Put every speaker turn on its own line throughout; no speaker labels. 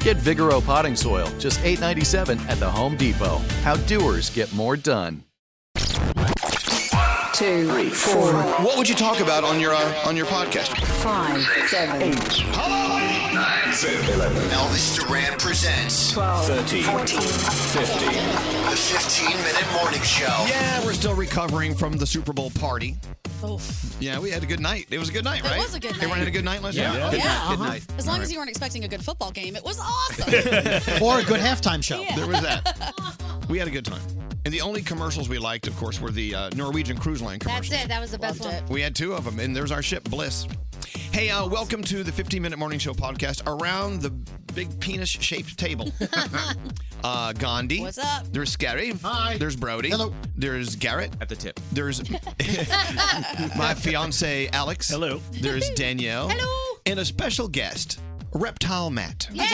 Get Vigoro potting soil, just $8.97 at the Home Depot. How doers get more done.
two, three, four,
What would you talk about on your uh, on your podcast?
five, seven, eight,
Elvis Duran presents
twelve, fourteen.
the 15 minute morning show. Yeah, we're still recovering from the Super Bowl party. Yeah, we had a good night. It was a good night,
It
right?
was a good night.
Everyone had a good night last night.
Oh,
Good night. Good
uh-huh.
night.
As long as you weren't expecting a good football game, it was awesome.
or a good halftime show.
There was that. we had a good time. And the only commercials we liked, of course, were the uh, Norwegian Cruise Line commercials.
That's it. That was the best one.
We had two of them, and there's our ship, Bliss. Hey, uh, welcome to the 15 Minute Morning Show podcast around the big penis shaped table. uh, Gandhi.
What's up?
There's Scary.
Hi.
There's Brody.
Hello.
There's Garrett. At the tip. There's my fiance, Alex.
Hello.
There's Danielle.
Hello.
And a special guest, Reptile Matt.
Yeah.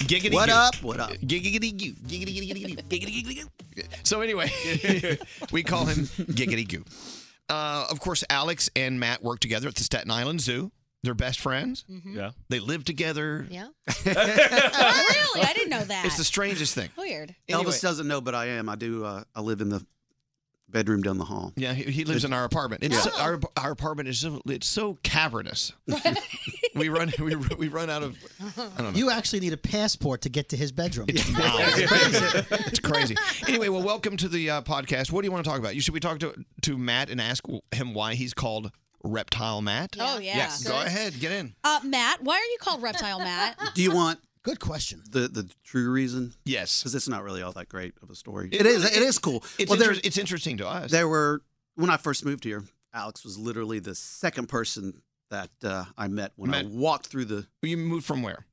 Giggity
What
goo.
up? What up?
Giggity goo. Giggity giggity goo. Giggity giggity goo. So anyway, we call him Giggity Goo. Uh, of course, Alex and Matt work together at the Staten Island Zoo. They're best friends.
Yeah.
They live together.
Yeah.
Oh, really? I didn't know that.
It's the strangest thing.
Weird.
Anyway.
Elvis doesn't know, but I am. I do. Uh, I live in the bedroom down the hall.
Yeah, he, he lives in our apartment. It's
Yeah.
our our apartment is so it's so cavernous. we run we run- we run out of I don't know.
You actually need a passport to get to his bedroom.
Wow. it's crazy. Anyway, well, welcome to the uh, podcast. What do you want to talk about? You should we talk to to Matt and ask him why he's called Reptile Matt?
Oh, yeah.
Yes. Go ahead, get in.
Uh, Matt, why are you called Reptile Matt? Oh,
Do you want
Good question.
the the true reason?
Yes.
Because it's not really all that great of a story.
It
it is.
really-
It is cool.
It's
well,
inter-
there
it's interesting to us.
there were when I first moved here. Alex was literally the second person that uh, I met when I
Met-
walked through the
you moved from where?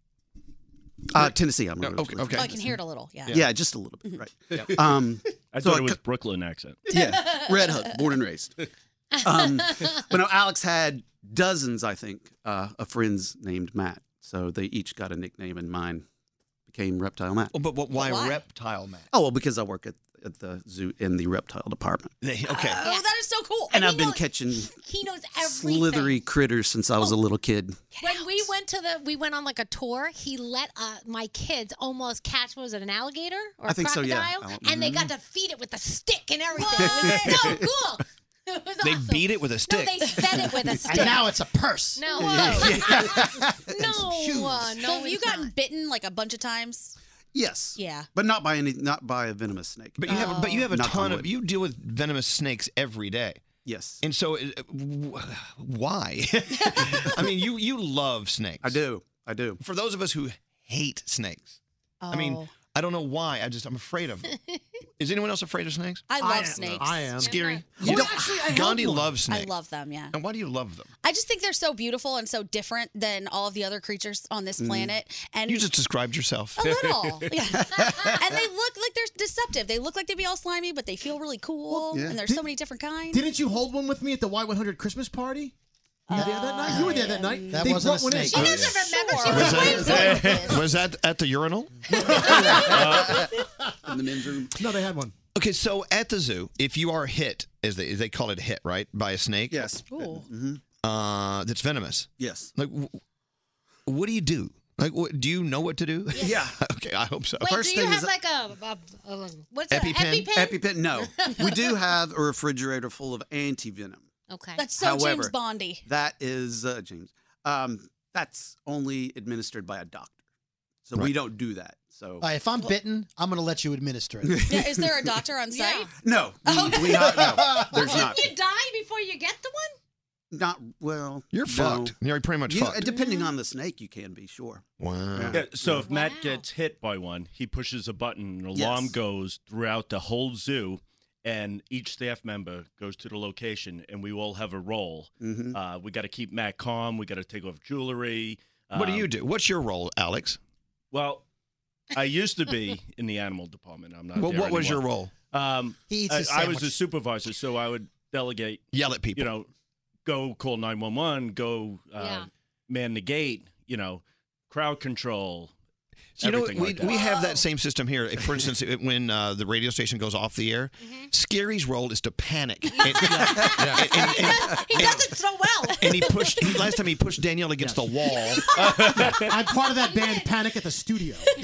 uh, Tennessee. I'm
No,
originally
okay,
from
okay.
Oh, I can hear it a little. Yeah.
Yeah, just a little
Mm-hmm.
bit, right? Um,
I
So
thought
I
it was
cou-
Brooklyn accent.
yeah, Red Hook, born and raised. Um, but no, Alex had dozens, I think, uh, of friends named Matt. So they each got a nickname, and mine became Reptile Matt.
Oh, but, but why,
Why?
Reptile Matt?
Oh well, because I work at at the zoo in the reptile department.
okay.
Oh, that is so cool.
And
he
I've been
knows-
catching
He knows everything.
slithery critters since I was a little kid.
When we went to the, we went on like a tour. He let uh, my kids almost catch what was it, an alligator or a
I think so, yeah.
crocodile,
I'll-
and they got to feed it with a stick and everything. It was so cool. It was
They
awesome.
beat it with a stick.
No, they fed it with a stick.
And now it's a purse.
No.
no, uh, no.
So
have you gotten bitten like a bunch of times?
Yes.
Yeah.
But not by any, not by a venomous snake.
But you have, but you have a
Knock on
ton
wood.
of, you deal with venomous snakes every day.
Yes.
And so, uh, w- why? I mean, you you love snakes. I
do. I do.
For those of us who hate snakes, I mean,
Oh.
I don't know why. I just I'm afraid of. them. Is anyone else afraid of snakes?
I love snakes.
Scary.
You
You
don't-
don't- Gandhi loves snakes.
I love them. Yeah.
And why do you love them?
I just think they're so beautiful and so different than all of the other creatures on this
Mm.
planet. And
you just described yourself.
A little, yeah. and they look like they're deceptive. They look like they'd be all slimy, but they feel really cool.
yeah.
And there's so many different kinds.
Didn't you hold one with me at the Y100 Christmas party? You there that night? You were there that night.
Um,
That
they
wasn't a
brought one in.
snake, She was. doesn't
Was that, was that at the urinal? Uh,
in the men's room.
No, they had one.
okay, so at the zoo, if you are hit, as they they call it, hit right by a snake.
Yes.
Uh, that's venomous.
Yes.
Like, w- what do you do? Like, what, do you know what to do?
Yeah.
okay, I hope so.
Wait, do you have like a, a, a- what's it? EpiPen?
EpiPen? No. we do have a refrigerator full of anti venom.
Okay.
That's so James
However,
Bondy.
That is uh, James. Um, that's only administered by a doctor, so we don't do that. So
All right, if I'm bitten, I'm going to let you administer it.
Yeah, is there a doctor on site?
no, we, we not, no, there's not.
Didn't you die before you get the one?
Not well.
You're fucked. You're pretty much
You-
fucked.
Depending on the snake, you can be sure.
Uh.
Wow.
Yeah, so if Matt gets hit by one, he pushes a button, an alarm
Yes.
goes throughout the whole zoo, and each staff member goes to the location, and we all have a role. Uh, we got to keep Matt calm. We got to take off jewelry.
What do
um,
you do? What's your role, Alex?
Well, I used to be in the animal department. I'm not.
Well,
there
what was your
anymore. Um,
He eats
I,
his
I was the
sandwich.
supervisor, so I would delegate.
Yell at people.
You know, go call nine one one. Go uh,
Yeah.
man the gate. You know, crowd control.
So you know, what?
everything
we,
like that. Oh.
we have that same system here. For instance, it- when uh, the radio station goes off the air, Scary's role is to panic. And, and- and- and-
He does it so well.
and he pushed, he- last time he pushed Danielle against the wall.
I'm part of that band Panic at the Studio.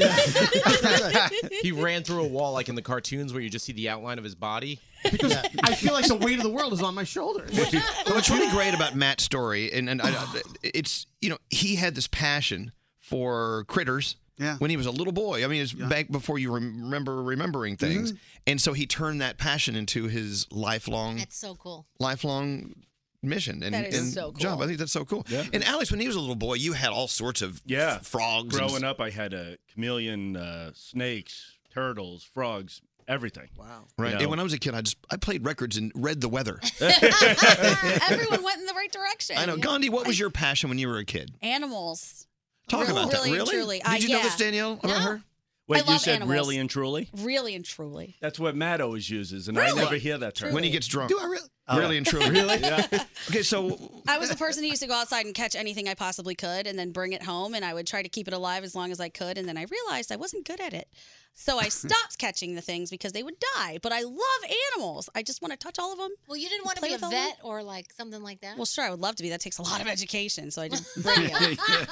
he ran through a wall like in the cartoons where you just see the outline of his body.
I feel like the weight of the world is on my shoulders.
What's really great about Matt's story, and, and I, it's, you know, he had this passion for critters.
Yeah.
When he was a little boy, I mean, it's back before you rem- remember remembering things,
Mm-hmm.
and so he turned that passion into his lifelong
That's so cool.
lifelong mission and,
That is
and
so cool.
job. I think that's so cool. And Alex, when he was a little boy, you had all sorts of
yeah
frogs. and-
Growing up, I had a chameleon, uh, snakes, turtles, frogs, everything. Wow.
Right. And when I was a kid, I just I played records and read the weather.
Everyone went in the right direction.
I know. Gandhi, what was your passion when you were a kid?
Animals.
Talk
Really,
about that.
really and
Really?
truly.
Did
I-
you know
yeah.
this, Danielle, about
No.
her?
Wait,
I
you
love
said
animals.
really and truly?
Really and truly.
That's what Matt always uses, and I
Really?
never hear that term.
When he gets drunk. Oh.
Do I really-
Really and truly.
Really? Yeah.
Okay, so
I was the person who used to go outside and catch anything I possibly could and then bring it home and I would try to keep it alive as long as I could and then I realized I wasn't good at it. So I stopped catching the things because they would die. But I love animals. I just want to touch all of them.
Well, you didn't want to
Play
be a
with all of them.
vet or like something like that.
Well, sure, I would love to be. That takes a lot of education, so I just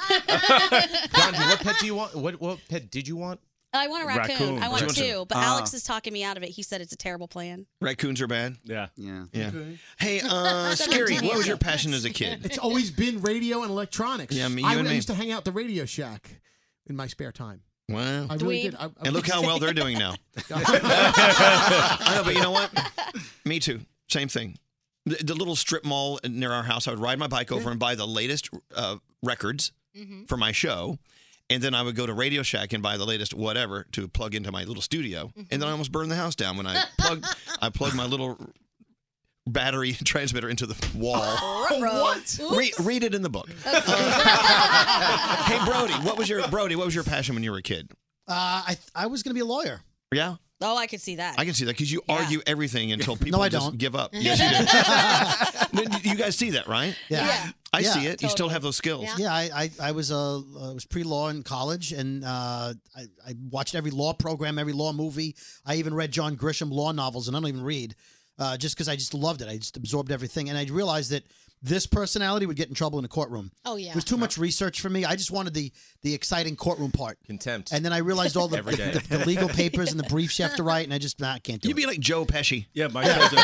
Gandhi, what pet do you want? What what pet did you want?
I want a raccoon.
Raccoon,
I want
right.
two, but
Ah.
Alex is talking me out of it. He said it's a terrible plan.
raccoons are bad.
Yeah.
Yeah.
Yeah. Hey, uh, Scary, what was your passion as a kid?
It's always been radio and electronics.
Yeah, I mean,
I,
you and
I
me.
used to hang out at the Radio Shack in my spare time.
Wow.
I really did. I- uh, I
and look
was-
how well they're doing now. I know, but you know what? Me too. Same thing. The, the little strip mall near our house, I would ride my bike over and buy the latest uh, records
Mhm.
for my show. And then I would go to Radio Shack and buy the latest whatever to plug into my little studio. And then I almost burned the house down when I plugged I plugged my little battery transmitter into the wall.
What?
Re- read it in the book. Uh, hey Brody, what was your Brody? What was your passion when you were a kid?
Uh, I I was going to be a lawyer.
Yeah.
Oh, I could see that.
I can see that because you argue everything until people
I
just
don't.
give up. Yes, you do. No, you guys see that, right?
Yeah.
I see it. You still have those skills.
Yeah, I, I, I was uh, I was pre law in college, and uh, I, I watched every law program, every law movie. I even read John Grisham law novels, and I don't even read, uh, just because I just loved it. I just absorbed everything, and I realized that this personality would get in trouble in a courtroom.
Oh, yeah.
it was too much research for me. I just wanted the the exciting courtroom part. Contempt, and then I realized all the,
Every day.
the, the legal papers and the briefs you have to write, and I just nah, I can't do
You'd be like Joe Pesci.
Yeah, my
cousin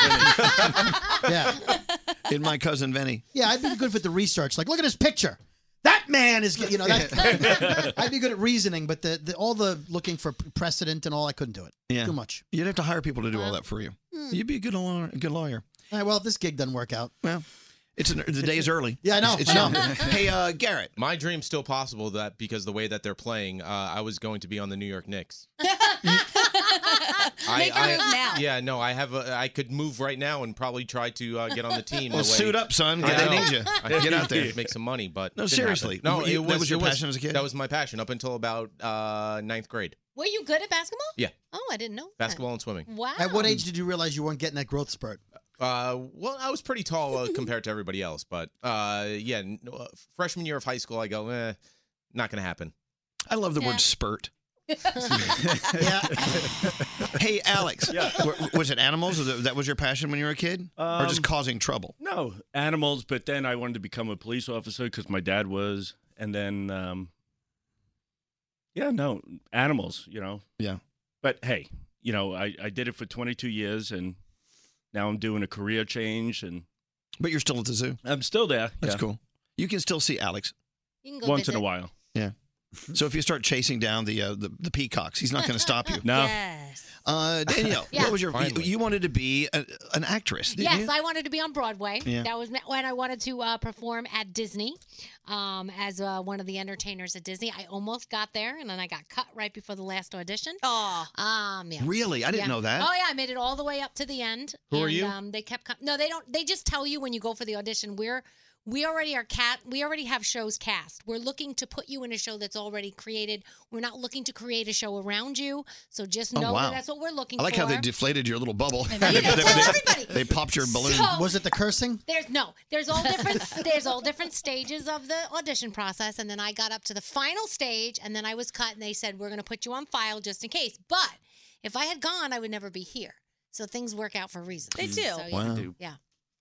Vinny.
yeah.
In my cousin Vinny.
Yeah, I'd be good with the research. Like, look at his picture. That man is, you know, that, I'd be good at reasoning, but the, the all the looking for precedent and all, I couldn't do it.
Yeah.
Too much.
You'd have to hire people to do all that for you. You'd be a good lawyer. Good lawyer.
All right, well, if this gig doesn't work out,
well, it's an, the day's early.
Yeah, I know.
It's
I know.
young. hey, uh, Garrett.
My dream's still possible that because the way that they're playing, uh, I was going to be on the New York Knicks.
Make a move now.
Yeah, no, I have. A, I could move right now and probably try to uh, get on the team.
Well,
the way-
suit up, son.
I
They
know.
need you.
I
Get out there.
make some money. But
No,
didn't
seriously.
happen. no,
You-
it
that
was
was your passion as a kid?
That was my passion up until about uh, ninth grade.
Were you good at basketball?
Yeah,
Oh, I didn't know. that.
basketball and swimming.
Wow.
At what age did you realize you weren't getting that growth spurt?
Uh, well, I was pretty tall uh, compared to everybody else, but uh, yeah, n- uh, freshman year of high school, I go, eh, not gonna happen.
I love the word spurt. Hey, Alex.
Yeah.
W- Was it animals? Was it- that was your passion when you were a kid? or just
Um,
causing trouble?
No, animals. But then I wanted to become a police officer because my dad was, and then, um, yeah, no, animals. You know.
Yeah.
But hey, you know, I I did it for 22 years, and now I'm doing a career change, and.
But you're still at the zoo.
I'm still there.
That's
yeah.
cool. You can still see Alex.
You can go
Once in a
visit.
while.
Yeah. So if you start chasing down the uh, the, the peacocks, he's not going to stop you.
No.
Uh, Danielle,
Yeah.
what was your? You,
Finally.
you wanted to be a, an actress. Didn't
Yes,
you?
I wanted to be on Broadway.
Yeah.
That was when I wanted to uh, perform at Disney um, as uh, one of the entertainers at Disney. I almost got there, and then I got cut right before the last audition.
Oh,
um, yeah.
Really? I didn't
Yeah.
know that.
Oh yeah, I made it all the way up to the end.
Who
and,
are you?
Um, they kept com- no, they don't. They just tell you when you go for the audition. We're we already are cat. We already have shows cast. We're looking to put you in a show that's already created. We're not looking to create a show around you. So just
Oh,
know
wow.
that that's what we're looking
I like
for.
how they deflated your little bubble.
You didn't tell everybody.
They popped your balloon.
So-
Was it the cursing?
There's no. There's all different. there's all different stages of the audition process, and then I got up to the final stage, and then I was cut, and they said we're going to put you on file just in case. But if I had gone, I would never be here. So things work out for a reason.
They do.
So, yeah.
Hmm. Wow.
Yeah.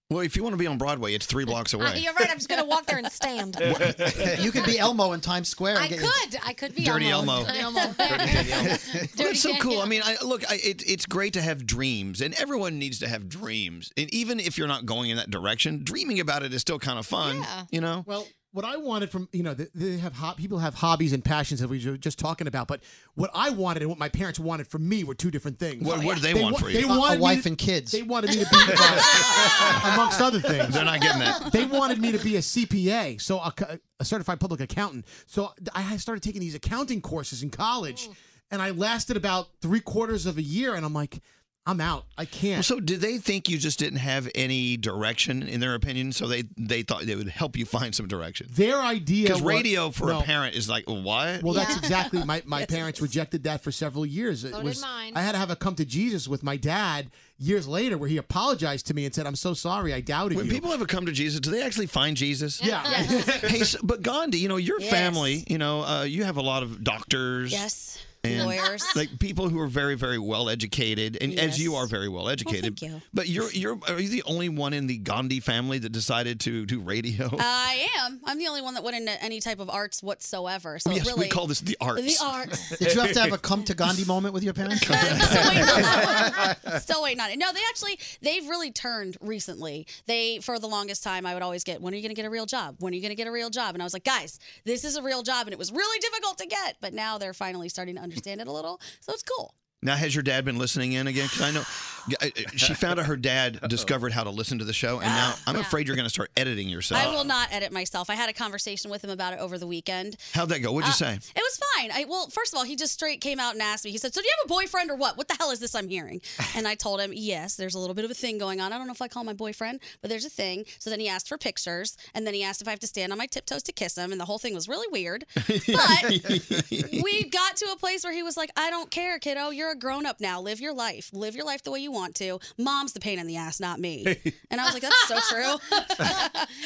Well, if you want to be on Broadway, it's three blocks
Uh,
away.
you're right. I'm just going to walk there and stand.
you could be Elmo in Times Square. And
I
get
could. I could be
Dirty
Elmo.
Elmo.
Dirty Elmo.
Well, that's so cool. I mean, I, look, I, it, it's great to have dreams, and everyone needs to have dreams. And even if you're not going in that direction, dreaming about it is still kind of fun. You know.
Well, what I wanted from you know th- they have ho- people have hobbies and passions that we were just talking about, but what I wanted and what my parents wanted from me were two different things.
What- what did they want
wa-
for you?
They
A- a
wanted me
wife
to-
and kids.
They wanted me to be uh, amongst other things.
They're not getting that.
They wanted me to be a CPA, so a, c- a certified public accountant. So I had started taking these accounting courses in college, and I lasted about three quarters of a year, and I'm like, I'm out. I can't.
So, did they think you just didn't have any direction in their opinion? So they they thought they would help you find some direction.
Their idea
Because
wa-
radio for
No.
a parent is like what?
Well, that's exactly my, my parents rejected that for several years. It
So did
was
mine.
I had to have a come to Jesus with my dad years later, where he apologized to me and said, "I'm so sorry, I doubted
When
you."
people ever come to Jesus, do they actually find Jesus?
Yeah.
hey, so, but Gandhi, you know your
Yes.
family. You know, uh, you have a lot of doctors.
Yes.
and,
Lawyers.
like people who are very, very well educated, and as you are very well educated.
thank you.
But you're you're are you the only one in the Gandhi family that decided to do radio?
I am. I'm the only one that went into any type of arts whatsoever.
Oh,
So it
yes,
really,
we call this the arts.
The arts.
Did you have to have a come to Gandhi moment with your parents?
Still waiting on it. No, they actually they've really turned recently. They for the longest time I would always get, when are you going to get a real job? When are you going to get a real job? And I was like, guys, this is a real job, and it was really difficult to get, but now they're finally starting to understand it a little, so it's cool.
Now, has your dad been listening in again? Because I know I- I- she found out her dad discovered how to listen to the show, and now I'm afraid you're going to start editing yourself.
I will not edit myself. I had a conversation with him about it over the weekend.
How'd that go? What'd you
Uh,
say?
It was fine. I well, first of all, he just straight came out and asked me. He said, "So do you have a boyfriend or what? What the hell is this I'm hearing?" And I told him, "Yes, there's a little bit of a thing going on. I don't know if I call my boyfriend, but there's a thing." So then he asked for pictures, and then he asked if I have to stand on my tiptoes to kiss him, and the whole thing was really weird. we got to a place where he was like, I don't care, kiddo. You're a grown up now. Live your life. Live your life the way you want to. Mom's the pain in the ass, not me. And I was like, that's so true.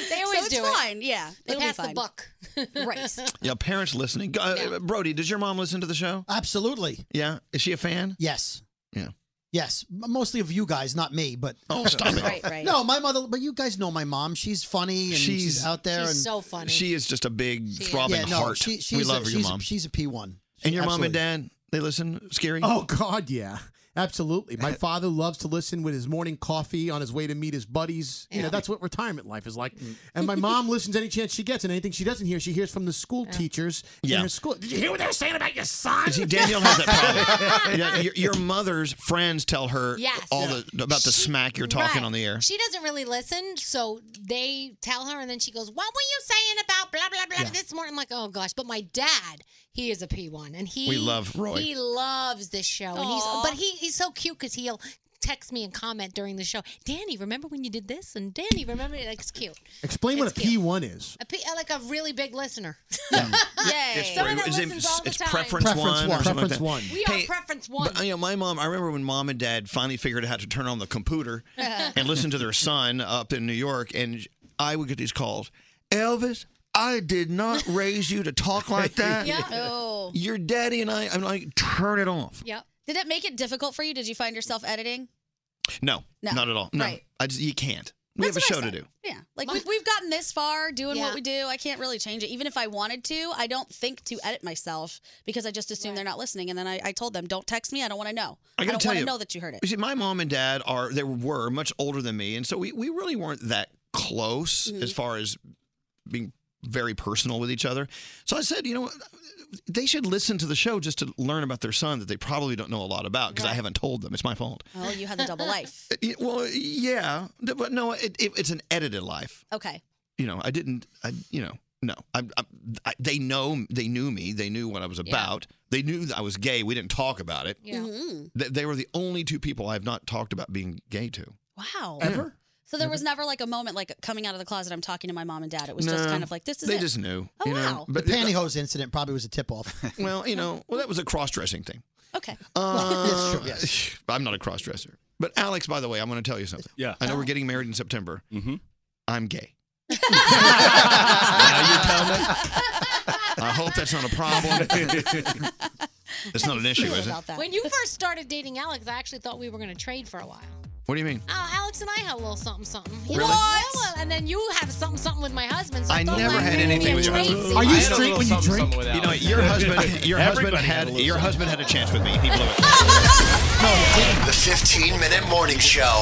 They always
so it's
do it.
fine. Yeah.
They
it'll be
pass the
fine.
buck.
right.
Yeah, parents listening. Uh, Brody, does your mom listen to the show?
Absolutely.
Yeah. Is she a fan?
Yes.
Yeah.
Yes, m- mostly of you guys, not me, but
oh, stop
it. Right, right.
No, my mother, but you guys know my mom. She's funny and she's,
She's-
out there.
She's
and
so funny. she is just a big throbbing
yeah, no,
heart.
She, she's
we love
a,
your
she's a-
mom.
she's a P one.
and your mom and dad, they listen. Scary.
Oh God, yeah, absolutely. My father loves to listen with his morning coffee on his way to meet his buddies. You know, that's what retirement life is like.
Mm.
And my mom listens any chance she gets, and anything she doesn't hear, she hears from the school teachers
Yeah.
in her school. Did you hear what they were saying about your son?
See, Danielle has that problem. Yeah, your, your mother's friends tell her
Yes.
all the about the smack you're talking
Right.
on the air.
She doesn't really listen, so they tell her, and then she goes, "What were you saying about blah blah blah
Yeah.
this morning?" I'm like, "Oh gosh!" But my dad, he is a P one, and he
We love Roy.
He loves this show, and he's
Aw.
but he he's so cute because he'll text me and comment during the show. Danny, remember when you did this? And Danny, remember like it's cute.
Explain what a P one is.
A P, uh, like a really big listener.
It's,
Yay! Someone that
it's-
listens all the
it's
time.
preference, one. or something like
Preference
that.
one.
We are preference one.
But, uh, you know, my mom. I remember when mom and dad finally figured out how to turn on the computer and listen to their son up in New York, and I would get these calls. Elvis, I did not raise you to talk like that.
Yeah. Oh.
Your daddy and I. I'm like, turn it off.
Yep. Did it make it difficult for you? Did you find yourself editing?
No,
No.
not at all. No,
Right.
I just, you can't. We have
That's
a
what
show
I
to do.
Yeah. Like we've, we've gotten this far doing
Yeah.
what we do. I can't really change it. Even if I wanted to, I don't think to edit myself because I just assume they're not listening. And then I, I told them, don't text me. I don't want to know.
I gotta
don't
tell
wanna
you,
know that you heard it.
You see, my mom and dad are they were much older than me, and so we we really weren't that close
Mhm.
as far as being very personal with each other. So I said, you know, what, they should listen to the show just to learn about their son that they probably don't know a lot about because I haven't told them. It's my fault.
Oh, you had the double life.
Uh, y- Well, yeah, th- but no, it, it, it's an edited life.
Okay.
You know, I didn't. I you know. No, I, I, I, they know they knew me. They knew what I was
Yeah.
about. They knew that I was gay. We didn't talk about it.
Mhm.
They, they were the only two people I've not talked about being gay to.
Wow.
Ever?
So there was never like a moment like coming out of the closet. I'm talking to my mom and dad. It was just
No,
kind of like this is
They
it.
just knew.
Oh,
you know?
wow.
The
But
pantyhose incident probably was a tip off.
well, you know, well that was a cross-dressing thing.
Okay.
Uh, I'm not a cross-dresser. But Alex, by the way, I'm going to tell you something. Yeah. I know we're getting married in September. Mm-hmm. I'm gay. now you tell me. I hope that's not a problem. it's not an issue, is it?
When you first started dating Alex, I actually thought we were going to trade for a while.
What do you mean?
Oh, Alex and I had a little something, something.
Really?
What? And then you had something, something with my husband. So I,
I
thought
never
mine
had
was gonna
anything
be
with your
a trade
husband.
secret.
You know, your husband, your husband
Everybody
had your husband had a chance with me. He blew it.
The 15 Minute Morning Show.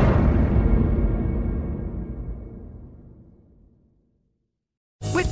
With